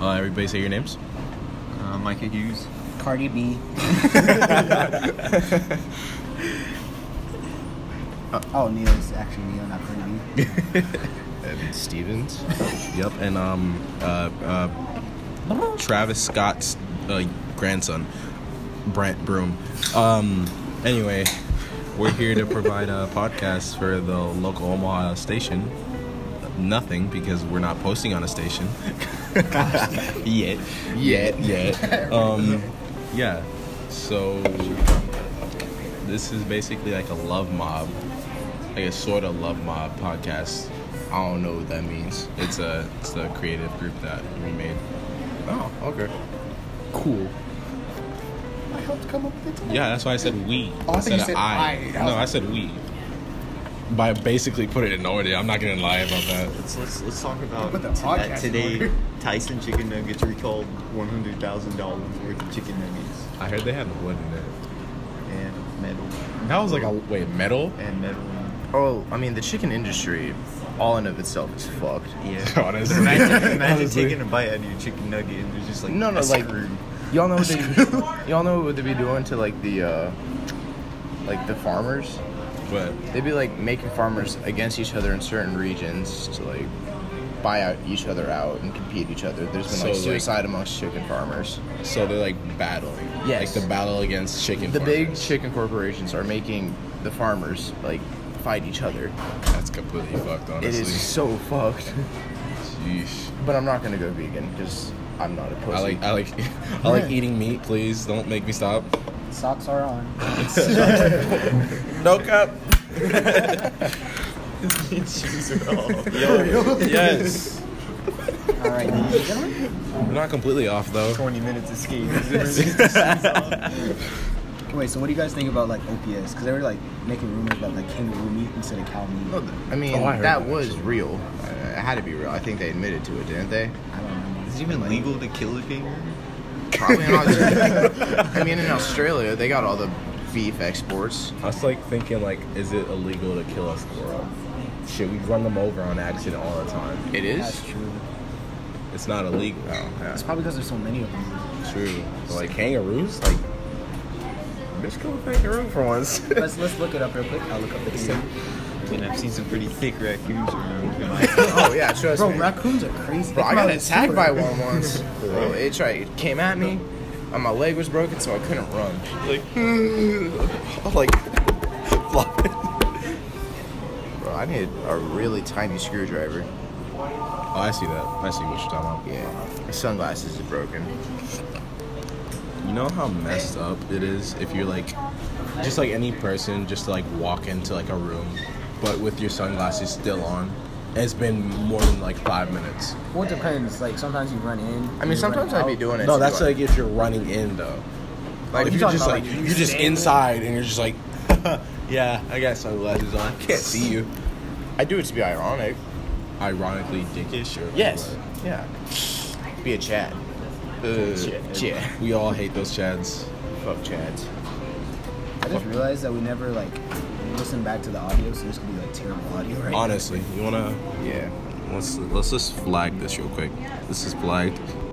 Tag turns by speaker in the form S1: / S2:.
S1: Uh, everybody say your names.
S2: Uh, Micah Hughes.
S3: Cardi B. oh, Neo's actually Neo, not Fernando.
S1: Evan Stevens. yep, and um, uh, uh, Travis Scott's uh, grandson, Brant Broom. Um, anyway, we're here to provide a podcast for the local Omaha station. Nothing because we're not posting on a station yet, yet, yet. Um, yeah. So this is basically like a love mob, like a sort of love mob podcast. I don't know what that means. It's a it's a creative group that we made. Oh, okay. Cool.
S3: I helped come up with it.
S1: Yeah, that's why I said we.
S3: Oh, I thought you said I. I was
S1: No,
S3: like-
S1: I said we. By basically put it in order. I'm not gonna lie about that.
S2: Let's let's, let's talk about
S3: Put the
S2: t- that
S3: podcast
S2: today.
S3: in
S2: Tyson chicken nuggets recalled one hundred thousand dollars worth of chicken nuggets
S1: I heard they had wood in it.
S2: and metal
S1: That was like a wait metal.
S2: and metal.
S4: Oh, I mean, the chicken industry, all in of itself, is fucked.
S2: Yeah.
S1: Honestly,
S2: Imagine, imagine
S1: Honestly.
S2: taking a bite out of your chicken nugget and there's just like
S4: No, no,
S2: a
S4: like
S2: screw.
S4: y'all know what they, y'all know what they be doing to like the, uh, like the farmers.
S1: But
S4: They'd be like making farmers against each other in certain regions to like buy out each other out and compete each other. There's been
S1: So,
S4: like
S1: like-
S4: suicide amongst chicken farmers.
S1: so they're like battling.
S4: Yes.
S1: Like the battle against chicken.
S4: The big
S1: farmers.
S4: chicken corporations are making the farmers like fight each other.
S1: That's completely fucked. Honestly.
S4: It is so fucked.
S1: Yeesh.
S4: But I'm not gonna go vegan because I'm not a pussy.
S1: I like I like I like eating meat. Please don't make me stop.
S3: Socks are on.
S1: No cup.
S2: Yo,
S1: Yes.
S3: All right, ladies and gentlemen.
S1: We're not completely off though.
S2: twenty minutes of skate.
S3: Wait, so what do you guys think about like OPS? Because they were like making rumors about like kangaroo meat instead of cow meat.
S4: No, th- I mean,
S1: Oh, I heard
S4: that
S1: that,
S4: was real. Uh, It had to be real. I think they admitted to it, didn't they?
S3: I don't know.
S2: Is it even legal to kill a kangaroo?
S4: Probably in Australia. I mean, in Australia, they got all the beef exports.
S1: I was like thinking like, is it illegal to kill a squirrel? Shit, we run them over on accident all the time.
S4: It is.
S3: That's true.
S1: It's not illegal.
S3: It's probably because there's so many of them.
S1: True. But, like kangaroos, like. Bitch, kill a kangaroo for once.
S3: Let's let's look it up real quick. I'll look up the kangaroo.
S2: I mean, I've seen some pretty thick raccoons around. in my-
S4: Oh yeah, trust
S3: Bro,
S4: me.
S3: raccoons are crazy.
S4: Bro,
S3: They
S4: I
S3: come out
S4: got
S3: of
S4: attacked
S3: sewer.
S4: by one once. Bro, it tried. It came at me, and my leg was broken, so I couldn't run.
S1: like, I'm like, flopping.
S4: Bro, I needed a really tiny screwdriver.
S1: Oh, I see that. I see what you're talking
S4: Yeah, my sunglasses is broken.
S1: about. You know how messed up it is if you're like, just like any person, just to like walk into like a room, but with your sunglasses still on. and It's been more than like five minutes.
S3: Well, it depends. Like sometimes you run in.
S4: I mean, sometimes I'd be doing it.
S1: No,
S4: too,
S1: that's
S4: like-
S1: like if you're running in though. Like
S3: Oh,
S1: if
S3: you
S1: you're
S3: talking
S1: just
S3: about,
S1: like
S3: like, you
S1: you're just
S3: standing?
S1: inside and you're just like, yeah, I got sunglasses on. I can't see you.
S4: I do it to be ironic.
S1: Ironically dickish or
S4: Yeah. Be a Chad. Chad.
S1: Yeah. We all hate those chads.
S4: Fuck Chads.
S3: I just realized that we never like listen back to the audio, so this could be like terrible audio, right?
S1: Honestly, you wanna
S4: Yeah.
S1: let's let's just flag this real quick. This is flagged.